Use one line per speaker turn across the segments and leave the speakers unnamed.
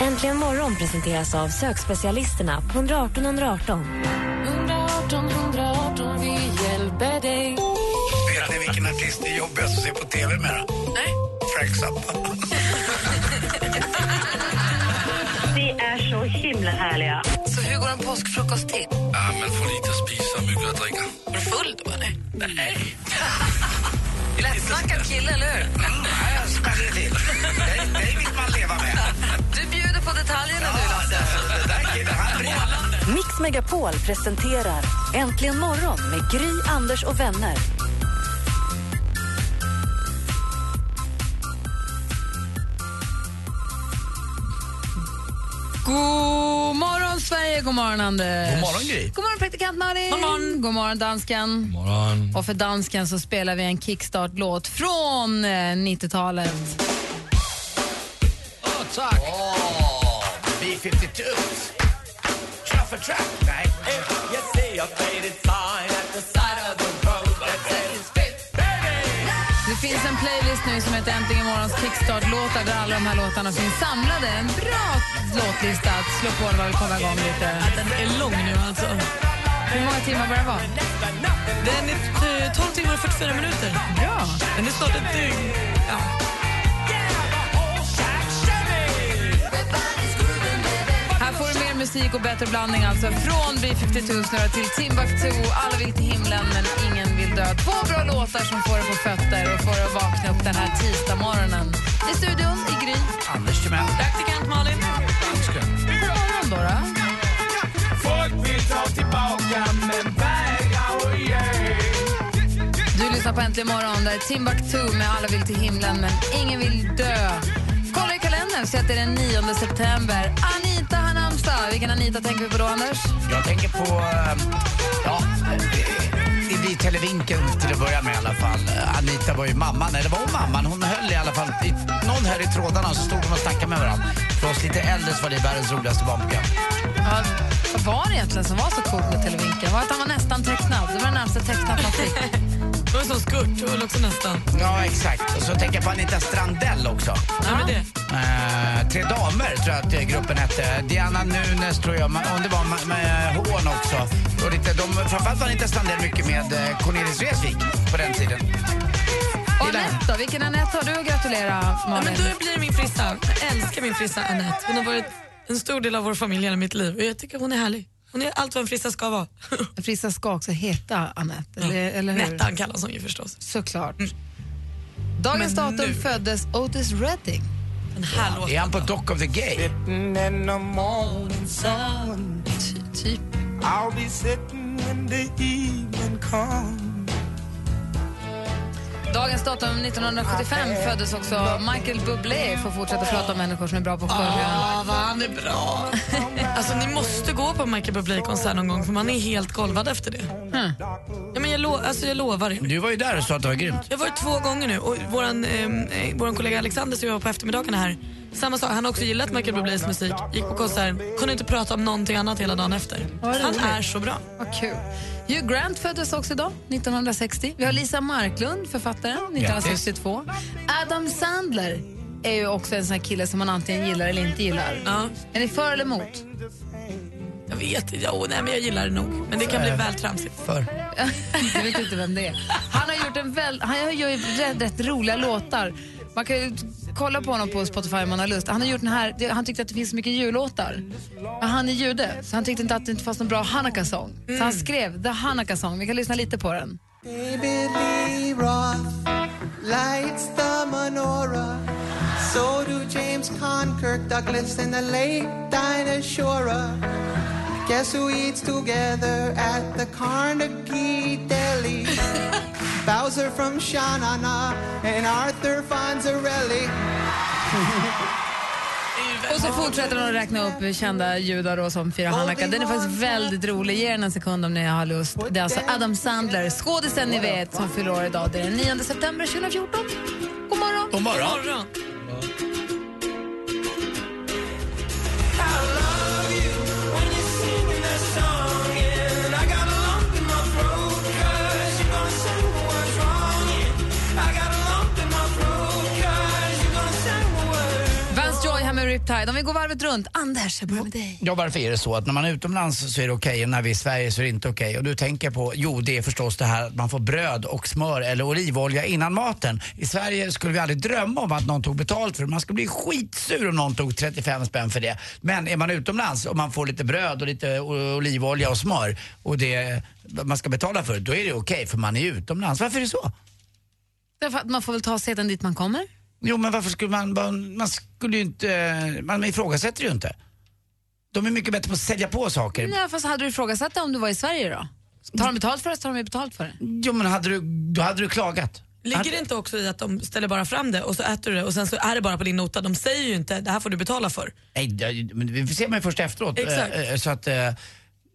Äntligen morgon presenteras av sökspecialisterna på 118 118.
118 118, vi hjälper dig.
Vet ni vilken artist det är jobbigast att se på tv med? Nej. Frank Zappa.
Ni är så himla härliga.
Så hur går en påskfrukost till?
Ja, men får lite spisa, mycket att dricka.
Är du full då, eller? Nej. Lättsnackad kille, eller hur?
Nej, jag smäller till. Det, det vill man leva med.
Du bjuder på detaljerna du, Lasse.
Det där killen, han brinner.
Mix Megapol presenterar Äntligen morgon med Gry, Anders och vänner.
God morgon, Sverige! God morgon, Anders!
God morgon, Gry.
God morgon, praktikant Malin! God morgon, God morgon dansken!
morgon.
Och för dansken så spelar vi en kickstart-låt från eh, 90-talet.
Åh, tack!
B-52. Shuffle track. Nej.
Det finns en playlist nu som heter Äntligen morgons kickstart-låtar där alla de här låtarna finns samlade. En bra låtlista att slå på när vi kommer igång lite.
Den är lång nu alltså.
Hur många timmar börjar det vara?
Den är eh, 12 timmar och 44 minuter.
Bra!
Den är snart ett dygn. Ja.
Här får du mer musik och bättre blandning alltså från B52 snurrar till Timbuktu. Alla vill till himlen men ingen vill dö. Två bra låtar som får dig på fötter och får dig att vakna upp den här tisdagsmorgonen. I studion i Gry.
Anders Timell.
Praktikant Malin.
God morgon då. då. Du lyssnar på Äntligen morgon. Där är Timbuktu med Alla vill till himlen, men ingen vill dö. Kolla i kalendern, så att det är den 9 september. Anita har namnsdag. Vilken Anita tänker vi på då, Anders?
Jag tänker på... eh, Ja, eh, i Televinken till att börja med i alla fall. Eh, Anita var ju mamman, eller var hon mamman? Hon höll i alla fall i, någon här i trådarna och så stod de och snackade med varandra. För oss lite äldre så var det världens roligaste barnprogram.
Ja, vad var det egentligen som var så coolt med Televinken? Var att han var nästan tecknad. Det var det närmsta tecknad man fick.
Det var som Skurt, eller också nästan.
Ja, exakt. Och så tänker jag på Anita Strandell också.
Ja. men det.
Eh, tre damer tror jag att eh, gruppen hette. Diana Nunes tror jag, ma- och det var ma- med Hån också. Och lite, de, framförallt var Anita Strandell mycket med eh, Cornelis Vreeswijk på den tiden.
Och Anette då? Vilken Anette har du att gratulera,
Ja, men
Malin?
då blir det min frissa. Jag älskar min frissa Anette. Hon har varit en stor del av vår familj hela mitt liv. Och jag tycker hon är härlig. Hon är allt vad en frissa ska vara.
Frissa ska också heta Anette, eller,
Mm.
eller hur?
Nettan kallas hon ju förstås.
Såklart. Dagens
Mm. Men
datum
nu-
föddes Otis Redding.
Den här låten.
Är han på Dock of the Gay?
Ty- typ. Dagens datum 1975 föddes också Michael Bublé. Får fortsätta prata om människor som är bra på att sjunga.
Ja, vad han är bra. Alltså, ni måste gå på Michael Bublé-konsert någon gång för man är helt golvad efter det.
Hm,
Ja, men jag, lo- alltså, jag lovar er.
Du var ju där och sa att det var grymt.
Jag har varit två gånger nu och våran, ehm, eh, våran kollega Alexander som jag var på eftermiddagen här, samma sak, han har också gillat Michael Bublés musik, gick på konsert, kunde inte prata om någonting annat hela dagen efter. Han är så bra.
Vad kul. Hugh Grant föddes också idag, 1960. Vi har Lisa Marklund, författaren, 1962. Adam Sandler är ju också en sån här kille som man antingen gillar eller inte gillar.
Ja,
Är ni för eller emot?
jag vet inte, ja, nej, men jag gillar det nog. Men det kan bli väl tramsigt.
För.
Jag vet inte vem det är. Han har gjort en väl, han gör ju rätt, rätt roliga låtar. Man kan ju kolla på honom på Spotify om man har lust. Han har gjort den här, det- han tyckte att det finns så mycket jullåtar. Men han är jude, så han tyckte inte att det inte fanns någon bra Hanukkah-sång. Så han skrev The Hanukkah Song. Vi kan lyssna lite på den.
Det är ju
Och så fortsätter hon att räkna upp kända judar då, som firar Hanukka. Den är faktiskt väldigt rolig. Ge den en sekund om ni har lust. Det är alltså Adam Sandler, skådisen ni vet, som fyller år idag. Det är den 9 september 2014. God morgon!
God morgon.
Vance Joy här med Riptide. Om vi går varvet runt. Anders, jag börjar med dig.
Ja, varför är det så att när man är utomlands så är det okej och när vi är i Sverige så är det inte okej? Och du tänker på, jo det är förstås det här att man får bröd och smör eller olivolja innan maten. I Sverige skulle vi aldrig drömma om att någon tog betalt för det. Man skulle bli skitsur om någon tog 35 spänn för det. Men är man utomlands och man får lite bröd och lite o- olivolja och smör och det man ska betala för, då är det okej för man är utomlands. Varför är det så?
Därför att man får väl ta seden dit man kommer.
Jo men varför skulle man, man, man skulle ju inte, man ifrågasätter ju inte. De är mycket bättre på att sälja på saker.
Nej, eh, fast hade du ifrågasatt det om du var i Sverige då? Tar de betalt för det så tar de ju betalt för det.
Jo men hade du, då hade du klagat.
Ligger det inte också i att de ställer bara fram det och så äter du det och sen så är det bara på din nota. De säger ju inte det här får du betala för.
Nej, det- men vi ser man ju först efteråt.
Exakt.
Eh, eh, Så att, eh,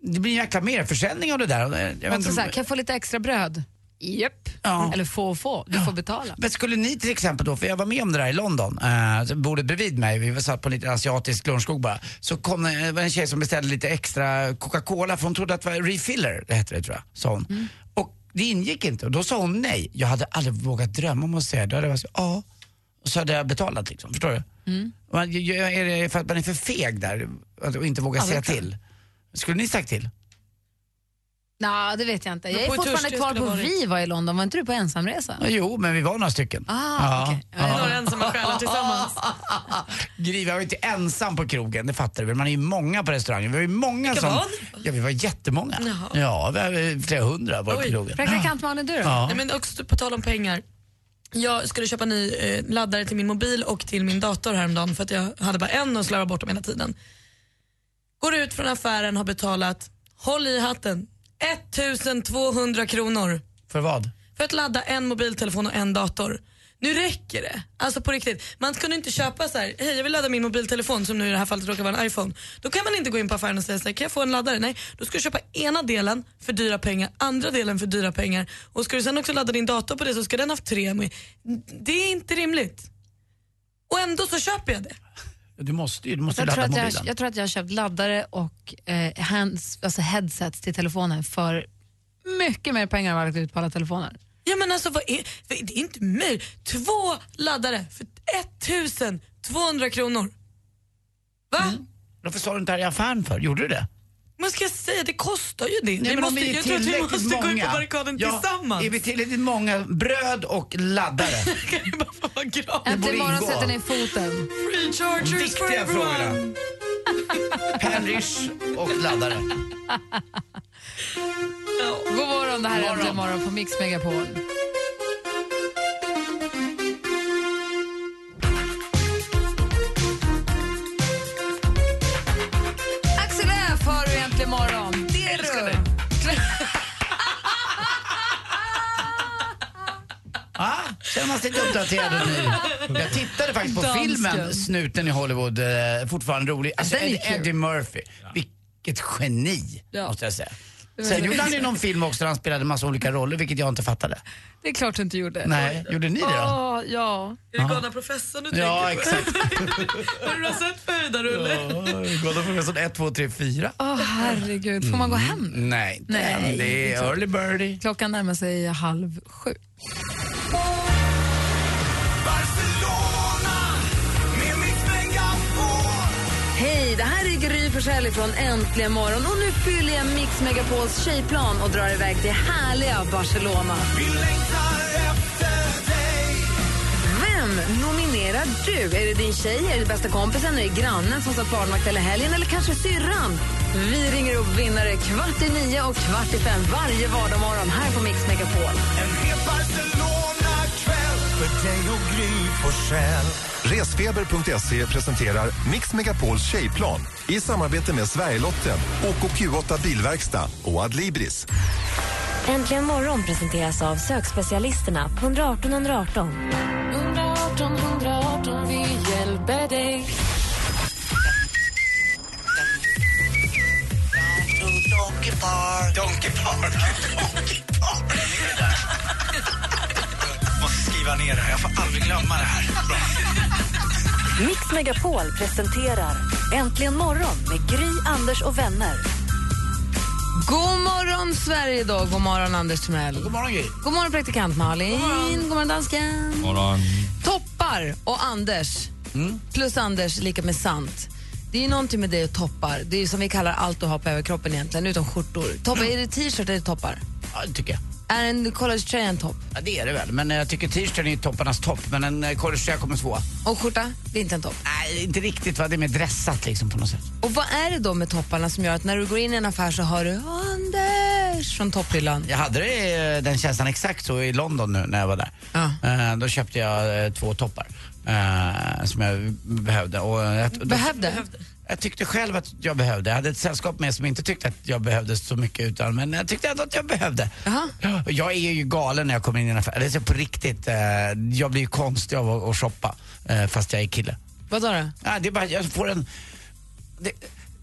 det blir en jäkla merförsäljning av det där. Eh, Jag vet inte
Också
om-
Alltså, så här, kan jag få lite extra bröd? Japp.
Ja.
Eller få och få, du får betala.
Men skulle ni till exempel då, för jag var med om det där i London, eh, så bordet bredvid mig, vi var satt på en liten asiatisk lunchkrog bara, så kom eh, det det var en tjej som beställde lite extra Coca-Cola för hon trodde att det var refiller, det hette det tror jag, sa hon.
Mm.
Och det ingick inte och då sa hon nej. Jag hade aldrig vågat drömma om att säga det, då hade jag varit så, ja. Och så hade jag betalat liksom, förstår du?
Mm.
Man, ju- ju- är det för att man är för feg där att- och inte vågar säga till? Skulle ni sagt till?
Nej, det vet jag inte. Jag är
på hur
fortfarande
törstig
kvar
jag
på
skulle ha varit.
Viva i London. Var inte du på ensamresa?
Ja, Jo, men vi var några stycken.
Ah, okej.
Det är några ensamma själar tillsammans.
Gry, jag var ju inte ensam på krogen, det fattar du väl? Man är ju många på restaurangen. Vi var ju många
Vilka
som...
var
Ja, vi var jättemånga. Ja, vi var flera hundra var på
Oj.
krogen.
Praktikant Malin, du då?
Ja.
Nej, men också på tal om pengar. Jag skulle köpa ny eh, laddare till min mobil och till min dator häromdagen för att jag hade bara en och slarvade bort dem hela tiden. Går ut från affären har betalat, håll i hatten, 1200 kronor
För vad?
för att ladda en mobiltelefon och en dator. Nu räcker det. Alltså på riktigt. Man kunde inte köpa så här, hej jag vill ladda min mobiltelefon som nu i det här fallet råkar vara en iPhone. Då kan man inte gå in på affären och säga så här, kan jag få en laddare? Nej, då ska du köpa ena delen för dyra pengar, andra delen för dyra pengar och ska du sen också ladda din dator på det så ska den ha haft tre. med. Det är inte rimligt. Och ändå så köper jag det.
Du måste ju, du måste ju
Jag tror,
ladda
att
mobilen.
jag, jag tror att jag har köpt laddare och eh, hands, alltså headsets till telefonen för mycket mer pengar än vad jag har lagt ut på alla telefoner.
Ja men alltså vad är, vad är- det är inte möjligt. Två laddare för 1200 kronor. Va?
Varför sa du inte det här i affären för? Gjorde du det?
Men ska jag säga, det kostar ju det.
Nej,
vi
men om
måste,
vi är
jag tror att vi
tillräckligt
måste gå ut
många-
på barrikaden
Ja,
tillsammans.
Är vi tillräckligt många bröd och laddare?
Kan vi bara få vara gratis?
Äntligen
borde
morgon
ingå.
sätter ner foten.
Free chargers for
Viktiga
everyone.
frågorna. Penrish och laddare.
God morgon, det här är Äntligen morgon på Mix Megapol. Axel F har du Äntligen morgon. Det är
Älskar
du.
dig.
Ah, känner man sig inte uppdaterad och ny? Jag tittade faktiskt på
Dansken.
filmen Snuten i Hollywood, eh, fortfarande rolig. Alltså
Den är
Eddie,
kul.
Eddie Murphy, vilket geni
Ja.
måste jag säga. Sen gjorde han ju någon film också där han spelade massa olika roller, vilket jag inte fattade.
Det är klart du inte gjorde.
Nej, gjorde ni det då?
Åh, ja.
Är det galna professorn du
Ja,
tänker
exakt.
på? Har du sett Höjdarrulle?
Kolla på sån 1, 2, 3, 4.
Åh, herregud. Får man gå hem nu?
Nej,
Nej,
den, det är early birdie.
Klockan närmar sig halv sju. Hej, det här är Gry Forssell från Äntligen morgon och nu fyller jag Mix Megapols tjejplan och drar iväg till härliga Barcelona. Vem nominerar du? Är det din tjej, är det bästa kompisen, är det grannen som satt barnvakt hela helgen eller kanske syrran? Vi ringer upp vinnare kvart i nio och kvart i fem varje vardagsmorgon här på Mix Megapol.
Resfeber.se presenterar Mix Megapols tjejplan i samarbete med Sverigelotten, OKQ8 Bilverkstad och Adlibris.
Äntligen morgon presenteras av sökspecialisterna på 118 118.
Donkey Park.
Donkey Park. Donkey Park. Det där. Måste skriva ner det här. Jag får aldrig glömma det här. Bra.
Mix Megapol presenterar Äntligen morgon med Gry, Anders och vänner.
God morgon, Sverige! Då. God morgon, Anders Timell.
God morgon, Gry.
God morgon, praktikant Malin. God morgon, God morgon dansken.
Morgon.
Toppar och Anders,
Mm.
plus Anders lika med sant. Det är ju någonting med dig och toppar. Det är ju som vi kallar allt du har på överkroppen egentligen, utom skjortor. Toppar, är det t-shirt eller toppar?
Ja, det tycker jag.
Är en collegetröja en topp?
Ja, det är det väl. Men eh, jag tycker t-shirten är topparnas topp. Men en eh, collegetröja kommer tvåa.
Och skjorta? Det är inte en topp.
Nej, inte riktigt. Va? Det är mer dressat liksom på något sätt.
Och vad är det då med topparna som gör att när du går in i en affär så har du Anders från topphyllan?
Jag hade det, eh, den känslan exakt så i London nu när jag var där. Eh, Då köpte jag eh, två toppar eh, som jag behövde. Och jag,
Behövde?
Jag tyckte själv att jag behövde. Jag hade ett sällskap med som inte tyckte att jag behövde så mycket utan men jag tyckte ändå att jag behövde. Ja, och Jag är ju galen när jag kommer in i en affär. Det är på riktigt. eh, Jag blir ju konstig av att- att shoppa eh, fast jag är kille.
Vadå då?
Ja, det är bara, jag får en... Det,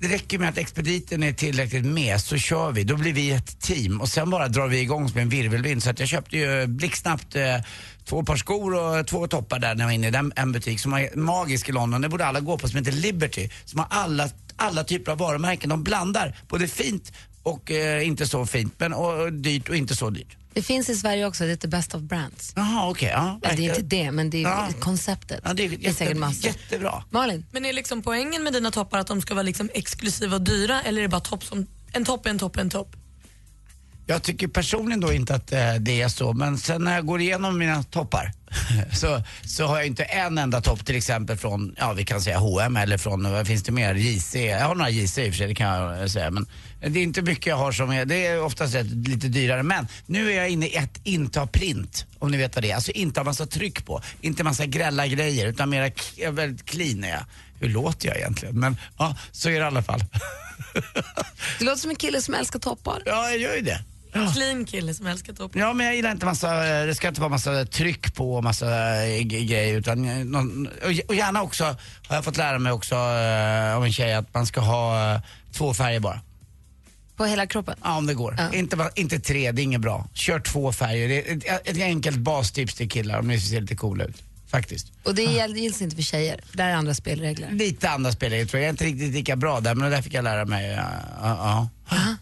det räcker med att expediten är tillräckligt med så kör vi. Då blir vi ett team och sen bara drar vi igång som en virvelvind. Så att jag köpte ju blixtsnabbt eh, två par skor och två toppar där när jag var inne i den, en butik som är magisk i London. Det borde alla gå på som heter Liberty. Som har alla, alla typer av varumärken. De blandar både fint och eh, inte så fint. Men och, och dyrt och inte så dyrt.
Det finns i Sverige också, det heter Best of Brands.
Jaha, okej. ja,
det är
verkligen.
inte det, men det är
Ja.
konceptet.
Ja, det är
det är säkert
jätte-
massor.
jättebra.
Malin?
Men är liksom poängen med dina toppar att de ska vara liksom exklusiva och dyra eller är det bara topp som, en topp, en topp, en topp?
Jag tycker personligen då inte att eh, det är så, men sen när jag går igenom mina toppar så, så har jag inte en enda topp till exempel från, ja vi kan säga H&M eller från, vad finns det mer, JC? Jag har några JC i och för sig, det kan jag eh, säga, men det är inte mycket jag har som är, det är oftast rätt, lite dyrare. Men nu är jag inne i ett inte ha print, om ni vet vad det är. Alltså inte ha massa tryck på, inte massa grälla grejer, utan mera k- eh, väldigt clean är jag. Hur låter jag egentligen? Men ja, så är det i alla fall.
Du låter som en kille som älskar toppar.
Ja, jag gör ju det.
Clean kille som älskar toppar.
Ja, men jag gillar inte massa, eh, det ska inte vara massa tryck på och massa eh, g- grejer utan eh, någon, och ge- och gärna också, har jag fått lära mig också eh, av en tjej att man ska ha eh, två färger bara.
På hela kroppen?
Ja, om det går. Inte, bara- inte tre, det är inget bra. Kör två färger, det är ett, ett enkelt bastips till killar om ni vill se lite coola ut. Faktiskt.
Och det gäll- gills inte för tjejer, där är andra spelregler.
Lite andra spelare tror jag, jag är inte riktigt lika bra där men det där fick jag lära mig. eh, Ja, ja, ja.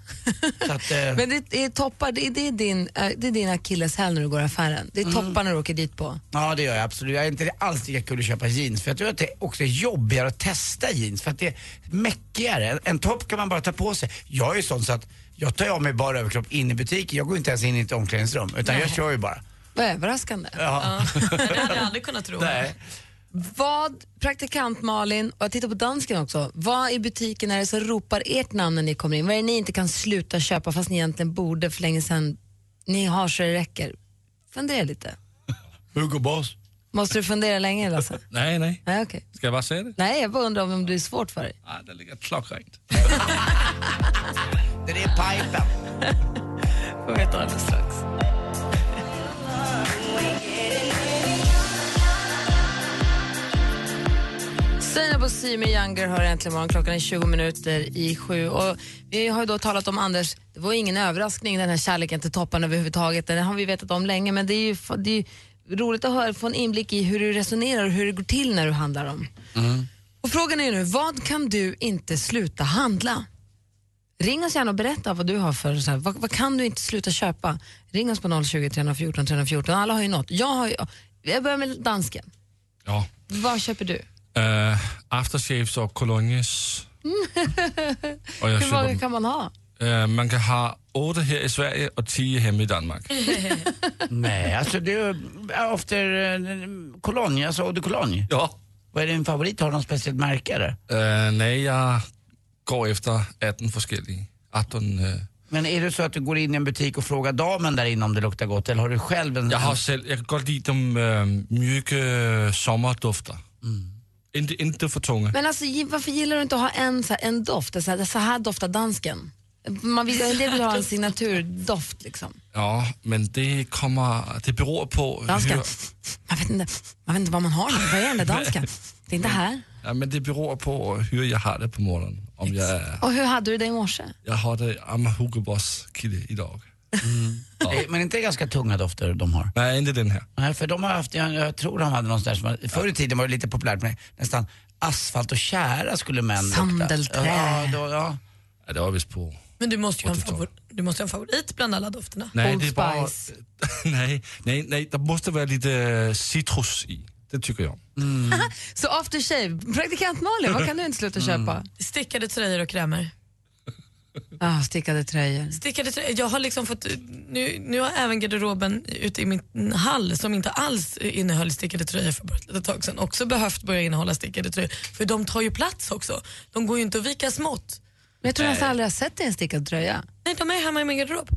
Så att, eh,
Men det är toppar, det är, det är din, eh, det är din akilleshäl när du går i affären. Det är toppar när du åker dit på.
Ja, det gör jag absolut. Jag är inte alls lika kul att köpa jeans för jag tror att det är också jobbigare att testa jeans för att det är mäckigare. En, en topp kan man bara ta på sig. Jag är ju sån så att jag tar av mig bara överkropp in i butiken. Jag går inte ens in i ett omklädningsrum utan jag
Nej.
kör ju bara.
Vad överraskande.
Ja.
Det hade jag aldrig kunnat tro.
Nej.
Vad, praktikant Malin, och jag tittar på dansken också, vad i butiken är det som ropar ert namn när ni kommer in? Vad är det ni inte kan sluta köpa fast ni egentligen borde för länge sedan? Ni har så det räcker. Fundera lite.
Hugo Boss.
Måste du fundera länge Lasse?
Nej, nej.
Nej, okej.
Ska jag bara säga det?
Nej, jag bara undrar om det är svårt för dig.
Ah, det ligger klockrent.
Det är pipen.
Får veta alldeles strax.
Sina på Sy med Younger hör äntligen morgon. Klockan är 20 minuter i sju. Och vi har ju då talat om Anders, det var ju ingen överraskning den här kärleken till topparna överhuvudtaget. Den har vi vetat om länge men det är ju, fa- det är ju roligt att höra, få en inblick i hur du resonerar och hur det går till när du handlar om. Och frågan är ju nu, vad kan du inte sluta handla? Ring oss gärna och berätta vad du har för, så här, vad, vad kan du inte sluta köpa? Ring oss på 020 314 314, alla har ju något. Jag, har ju, jag börjar med dansken.
Ja.
Vad köper du?
Uh, aftershaves och kolonjes. Och jag
Hur
köper
många
dem.
kan man ha?
Eh, man kan ha åtta här i Sverige och tio hemma i Danmark.
Nej, alltså det är efter kolonj, alltså eau de cologne.
Ja.
Vad är din favorit? Har du något speciellt märke eller?
Eh, nej, jag går efter 18 olika. 18, eh,
Men är det så att du går in i en butik och frågar damen där inne om det luktar gott eller har du själv en...
jag, har selv, jag kan godt lide de uh, mjuka sommardufter.
Mm.
Inte, inte för tunga.
Men alltså, gi- varför gillar du inte att ha en, så här, en doft? Det är Så här, så här doftar dansken. Man vill, en del vill ha en signaturdoft liksom.
Ja, men det kommer... Det beror på...
Danska.
hur-
Man vet inte, man vet inte vad man har nu. Vad är den där dansken? Det är inte här.
Ja, men det beror på hur jag har det på morgonen. Om jag, är-
Och hur hade du det i morse?
jag har det, I'm a Hugo Boss-kille idag.
Eh, Men inte ganska tunga dofter de har.
Nej, inte den här.
Nej, för de har haft, jag, jag tror de hade någon sån där som, förr i tiden var det lite populärt med nästan asfalt och tjära skulle män lukta.
Sandelträ.
Ja, då, ja.
Ja, det var visst på...
Men du måste ju ha en, favor- du måste ha en favorit bland alla dofterna.
Nej, det är bara, nej, nej, nej, det måste vara lite citrus i. Det tycker jag om.
Så after shave, praktikant Malin, vad kan du inte sluta köpa?
Stickade tröjor och krämer.
Ah, stickade tröjor.
Stickade tröjor. Jag har liksom fått, nu, nu har även garderoben ute i min hall som inte alls innehöll stickade tröjor för bara ett litet tag sedan också behövt börja innehålla stickade tröjor. För de tar ju plats också. De går ju inte att vika smått.
Men jag tror nästan aldrig jag har sett dig i en stickad tröja.
Nej, de är hemma i min garderob.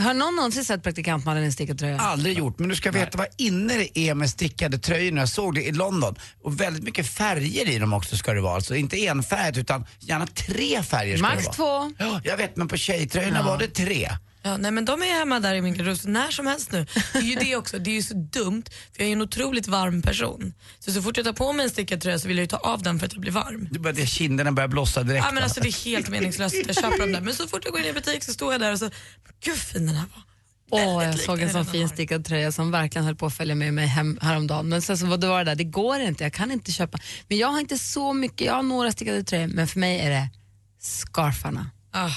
Har någon någonsin sett praktikant Malin i en stickad tröja?
Aldrig gjort, men du ska veta vad inne det är med stickade tröjor nu. Jag såg det i London. Och väldigt mycket färger i dem också ska det vara. Alltså inte enfärgat utan gärna tre färger ska
Max
det vara. två. Ja, jag vet, men på tjejtröjorna
Ja.
var det tre.
Ja, nej men de är hemma där i min garderob så när som helst nu. Det är ju det också, det är ju så dumt för jag är en otroligt varm person. Så så fort jag tar på mig en stickad tröja så vill jag ju ta av den för att jag blir varm.
Du började, kinderna började blossa direkt.
Ja, men alltså, det är helt meningslöst att jag köper dem där. Men så fort jag går in i butik så står jag där och så, gud fin den här var.
Åh, jag såg en sån fin stickad tröja som verkligen höll på att följa med mig hem häromdagen. Men sen så var det var det där, det går inte, jag kan inte köpa. Men jag har inte så mycket, jag har några stickade tröjor, men för mig är det scarfarna.
Ah.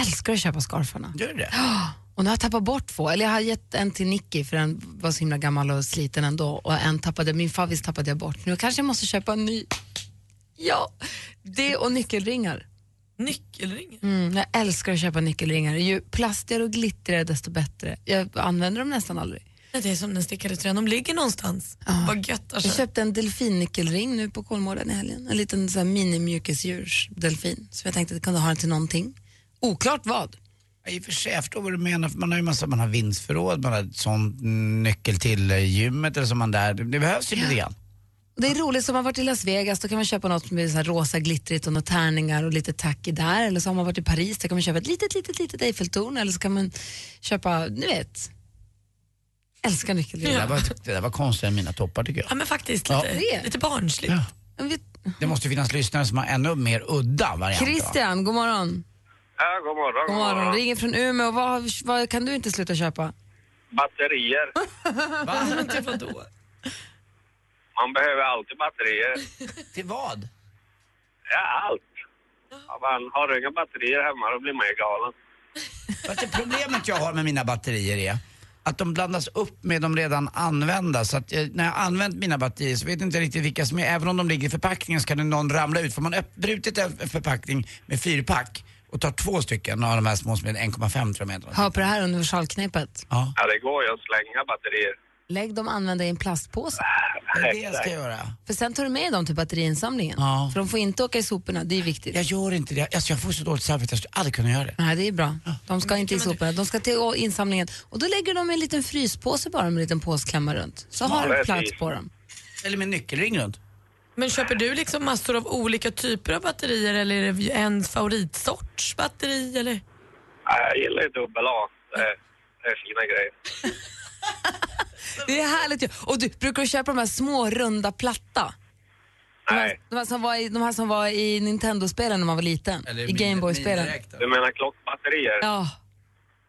Älskar att köpa scarfarna.
Gör du det?
Ja, Och nu har jag tappat bort två, eller jag har gett en till Nicky för den var så himla gammal och sliten ändå. Och en tappade, min favvis tappade jag bort. Nu kanske jag måste köpa en ny. Ja, det och nyckelringar.
Nyckelringar?
Mm, jag älskar att köpa nyckelringar. Ju plastigare och glittrigare desto bättre. Jag använder dem nästan aldrig.
Nej, det är som den stickade tröjan, de ligger någonstans. Vad gött
Jag
alltså.
köpte en delfinnyckelring nu på Kolmården i helgen. En liten sån här mini-mjukisdjursdelfin som jag tänkte att jag kunde ha den till någonting. Oklart vad.
I och för sig, jag förstår vad du menar. För man har ju massa, man har vindsförråd, man har ett sånt nyckel till eh, gymmet eller som man där. Det, det behövs ju lite grann.
Och det är roligt, som man varit i Las Vegas då kan man köpa något med så här rosa glittrigt och några tärningar och lite tacky där. Eller så har man varit i Paris, där kan man köpa ett litet, litet, litet Eiffeltorn. Eller så kan man köpa, ni vet.
Det, där
Älskar nyckelringar.
var, det där var konstigare än mina toppar tycker jag.
Ja men faktiskt
Ja.
lite, lite barnsligt.
Det måste ju finnas lyssnare som har ännu mer udda varianter. va?
Christian, god morgon.
Ja, god morgon.
God morgon. Ringer från Umeå. Vad, vad kan du inte sluta köpa?
Batterier.
Va?
Typ vadå?
Man behöver alltid batterier.
Till vad?
Ja, allt. Ja, man har du inga batterier hemma då blir man ju galen.
Fast det problemet jag har med mina batterier är att de blandas upp med de redan använda. Så att eh, när jag har använt mina batterier så vet jag inte riktigt vilka som är. Även om de ligger i förpackningen så kan det någon ramla ut. För man har öpp- brutit en förpackning med fyrpack och tar två stycken av de här små som är 1,5 tror jag de heter.
Hör på det här universalknepet.
Ja.
Ja, det går ju att slänga batterier.
Lägg dem använda i en plastpåse.
Det är det jag ska göra.
För sen tar du med dem till batteriinsamlingen. För de får inte åka i soporna, det är viktigt.
Jag gör inte det. Alltså jag får så dåligt samvete, jag skulle aldrig kunna göra det.
Nej, det är bra. De ska inte i soporna, de ska till å- insamlingen. Och då lägger de i en liten fryspåse bara med en liten påsklämma runt. Så har
Smart.
du plats på dem.
Eller med nyckelring runt.
Men köper du liksom massor av olika typer av batterier eller är det en favoritsorts batteri eller?
Ja, jag gillar ju dubbel A. Det är, det är fina grejer.
Det är härligt ju. Och du, brukar du köpa de här små runda platta? De här, de här, som, var i, de här som var i Nintendo-spelen när man var liten. I Gameboy-spelen.
Du menar klockbatterier?
Ja,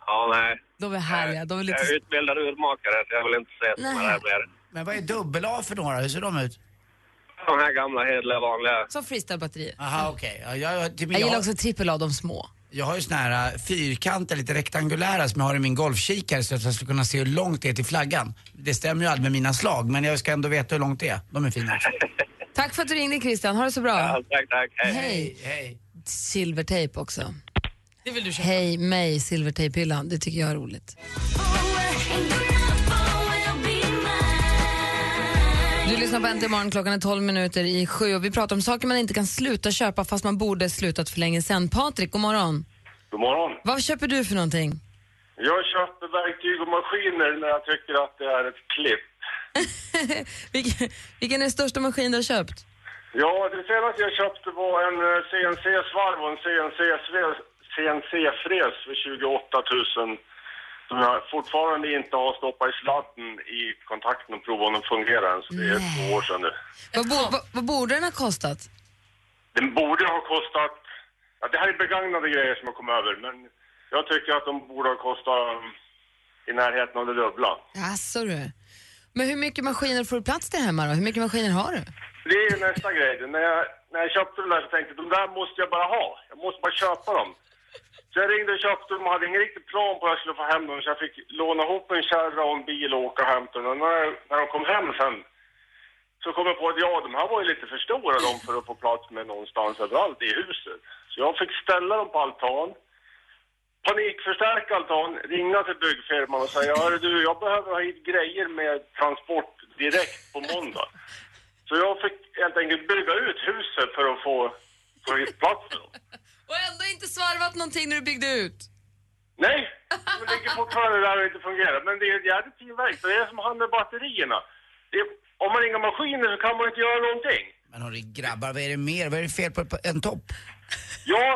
Ja, nej.
de är härliga. De är lite...
Jag är utbildad urmakare så jag vill inte se såna
Nej.
där mer.
Men vad är dubbel-A för några? Hur ser de ut?
De här gamla hederliga vanliga.
Som freestyle-batterier.
Aha, okej. Ja, jag, Mm. jag,
Jag gillar också trippel av de små.
Jag har ju såna här äh, fyrkanter, lite rektangulära som jag har i min golfkikare så att jag ska kunna se hur långt det är till flaggan. Det stämmer ju aldrig med mina slag men jag ska ändå veta hur långt det är. De är fina också.
Tack för att du ringde Christian, ha det så bra.
Ja,
tack, tack. Hej.
Hej. Silvertejp också.
Det vill du köpa.
Hej mig, silvertejphyllan. Det tycker jag är roligt. Du lyssnar på Äntligen morgon, klockan är 12 minuter i sju och vi pratar om saker man inte kan sluta köpa fast man borde slutat för länge sedan. Patrik, god morgon.
God morgon.
Vad köper du för någonting?
Jag köper verktyg och maskiner när jag tycker att det är ett klipp.
Vilken, vilken är den största maskin du har köpt?
Ja, det senaste jag köpte var en eh, CNC-svarv och en CNC-fräs CNC-fräs för 28 000 som jag fortfarande inte har stoppat i sladden i kontakten och provat om den fungerar än, så det är två år sedan nu.
Vad, bo, vad, vad borde den ha kostat?
Den borde ha kostat... Ja, det här är begagnade grejer som har kommit över, men jag tycker att de borde ha kostat mm, i närheten av det dubbla.
Jaså du. Men hur mycket maskiner får du plats till hemma då? Hur mycket maskiner har du?
Det är ju nästa grej. När jag, när jag köpte de där så tänkte jag de där måste jag bara ha. Jag måste bara köpa dem. Så jag ringde och köpte dem och hade ingen riktig plan på hur jag skulle få hem dem. Så jag fick låna ihop en kärra och en bil och åka och hämta dem. Och när, när de kom hem sen så kom jag på att ja, de här var ju lite för stora de för att få plats med någonstans överallt i huset. Så jag fick ställa dem på altan. Panikförstärka altan, ringa till byggfirman och säga Hörru du, jag behöver ha hit grejer med transport direkt på måndag. Så jag fick helt enkelt bygga ut huset för att få, få hit plats med dem.
Och ändå inte svarvat någonting när du byggde ut.
Nej, de ligger fortfarande där och inte fungerar. Men det är ett jävligt fin verkstad. Det är som han med batterierna. Det är, om man inga maskiner så kan man inte göra någonting.
Men hörru grabbar, vad är det mer? Vad är det fel på en topp?
Ja,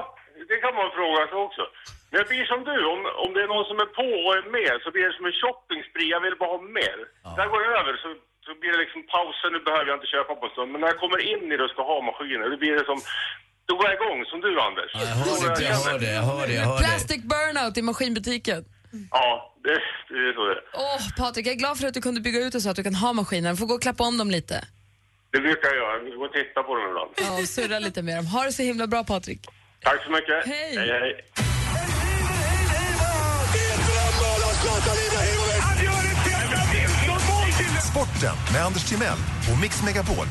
det kan man fråga sig också. Men jag blir som du, om, om det är någon som är på och är med så blir det som en shopping-spree. Jag vill bara ha mer. Där går det över så, så blir det liksom pauser, nu behöver jag inte köpa på en stund. Men när jag kommer in i det och ska ha maskiner, då blir det som... Då går jag igång, som du Anders. jag
hör det, jag hör det, jag hör det. Jag hör det.
Plastic burnout i maskinbutiken.
Ja, det, det är så det är.
Åh, Patrik, jag är glad för att du kunde bygga ut det så att du kan ha maskiner. Du får gå och klappa om dem lite.
Det brukar jag göra. Jag går och tittar på dem ibland.
Ja, och surra lite med dem. Ha det så himla bra, Patrik.
Tack så mycket.
Hej.
hej, hej.
Sporten med Anders Timell och Mix Megapol.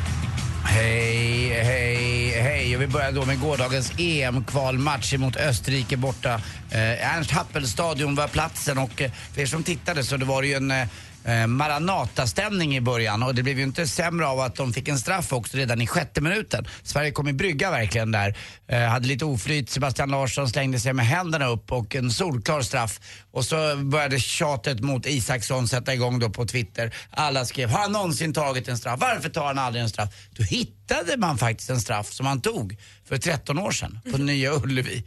Hej, hej, hej. Och vi börjar då med gårdagens EM-kvalmatch mot Österrike borta. Eh, Ernst Happelstadion var platsen och eh, för er som tittade så det var det ju en eh, Maranata-stämning i början och det blev ju inte sämre av att de fick en straff också redan i sjätte minuten. Sverige kom i brygga verkligen där. Eh, hade lite oflyt, Sebastian Larsson slängde sig med händerna upp och en solklar straff. Och så började tjatet mot Isaksson sätta igång då på Twitter. Alla skrev, har han någonsin tagit en straff? Varför tar han aldrig en straff? Då hittade man faktiskt en straff som han tog för 13 år sedan på Nya Ullevi.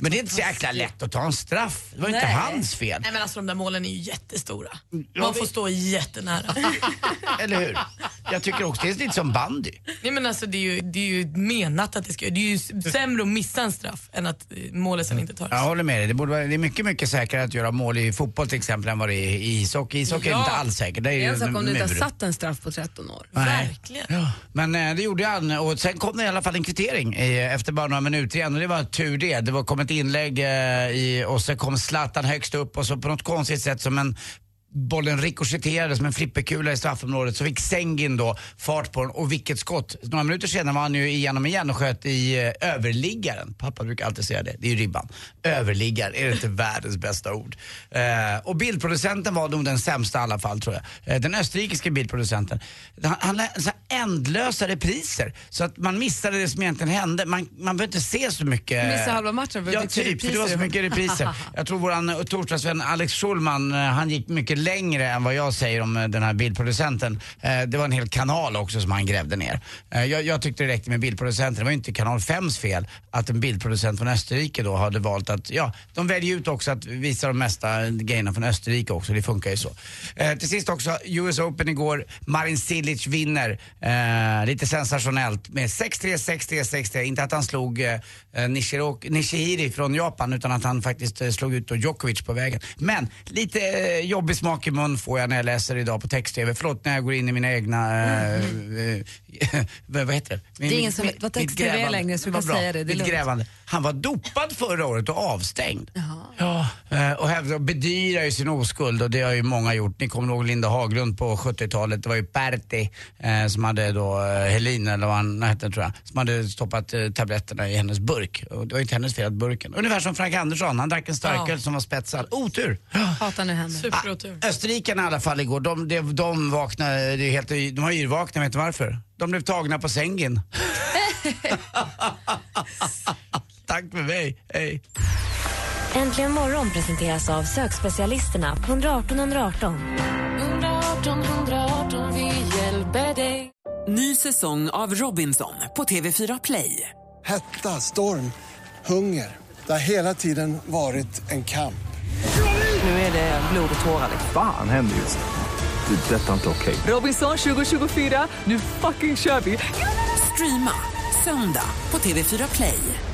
Men det är inte så jäkla lätt att ta en straff. Det var inte
Nej.
hans fel.
Nej men alltså de där målen är ju jättestora.
Ja,
Man får
vi-
stå jättenära.
Eller hur? Jag tycker också det är lite som bandy.
Nej men alltså det är ju, det är ju menat att det ska, det är ju sämre att missa en straff än att eh, målet sen inte tar.
Jag håller med dig. Det, borde vara, det är mycket, mycket säkrare att göra mål i fotboll till exempel än vad det är i ishockey. Ishockey är
Ja.
inte alls säkert. Det är ju
en sak om du inte har
mur.
satt en straff på 13 år.
Nej. Men eh, det gjorde han och sen kom det i alla fall en kvittering eh, efter bara några minuter igen och det var tur det. Det var, kom ett inlägg eh, i, och så kom Zlatan högst upp och så på något konstigt sätt som en bollen rikoschetterade som en flipperkula i straffområdet så fick Sengin då fart på den och vilket skott. Några minuter senare var han ju igenom igen och sköt i eh, överliggaren. Pappa brukar alltid säga det, det är ju ribban. Överliggaren, är det inte världens bästa ord? Eh, och bildproducenten var nog den sämsta i alla fall tror jag. Eh, den österrikiska bilproducenten. Han, han lade så här ändlösa repriser så att man missade det som egentligen hände. Man, man behöver inte se så mycket.
Missa halva matchen för att
Ja,
det är så
typ. För det var så
repriser.
mycket repriser. Jag tror våran eh, torsdagsvän Alex Schulman, eh, han gick mycket längre än vad jag säger om eh, den här bildproducenten. Eh, Det var en hel kanal också som han grävde ner. Eh, Jag, jag tyckte det räckte med bildproducenten. Det var ju inte kanal 5s fel att en bildproducent från Österrike då hade valt att, ja, de väljer ut också att visa de mesta grejerna från Österrike också. Det funkar ju så. Eh, Till sist också US Open igår. Marin Cilic vinner. Eh, lite sensationellt med 6-3, 6-3, 6-3. Inte att han slog eh, Nishiro- Nishihiri från Japan utan att han faktiskt eh, slog ut då Djokovic på vägen. Men lite eh, jobbig smak i mun får jag när jag läser idag på text-tv. Förlåt när jag går in i mina egna... Eh, eh, vad vad heter det?
Mm. Det är
Mitt-
ingen som
mitt-
vet vad
mitt
text-tv är
grävande.
längre, så du
Vad
kan
bra.
säga det. Det
Mitt
är lugnt.
grävande. Han var dopad förra året och avstängd. Ja. Eh, Och hävdar, bedyrar ju sin oskuld och det har ju många gjort. Ni kommer ihåg Linda Haglund på 70-talet. Det var ju Pertti eh, som hade då eh, Helin, eller vad han hette tror jag, som hade stoppat eh, tabletterna i hennes burk. Och det var ju inte hennes fel att burken. Ungefär som Frank Andersson, han drack en starköl
Ja.
som var spetsad. Otur!
Hatar nu händer.
Superotur.
Österrikarna i alla fall igår, de, de, de vaknade, det är helt, de har yrvakna, vet du varför? De blev tagna på sängen. Tack för mig, hej.
Äntligen morgon presenteras av sökspecialisterna på 118 118.
Ah.
118 118, vi hjälper dig.
Ny säsong av Robinson på TV4 Play.
Hetta, storm, hunger. Det har hela tiden varit en kamp.
Nu är det blod och tårar.
Fan händer just nu. Det. är Detta är inte okej.
Robinson 2024, nu fucking kör vi! Streama söndag på TV4 Play.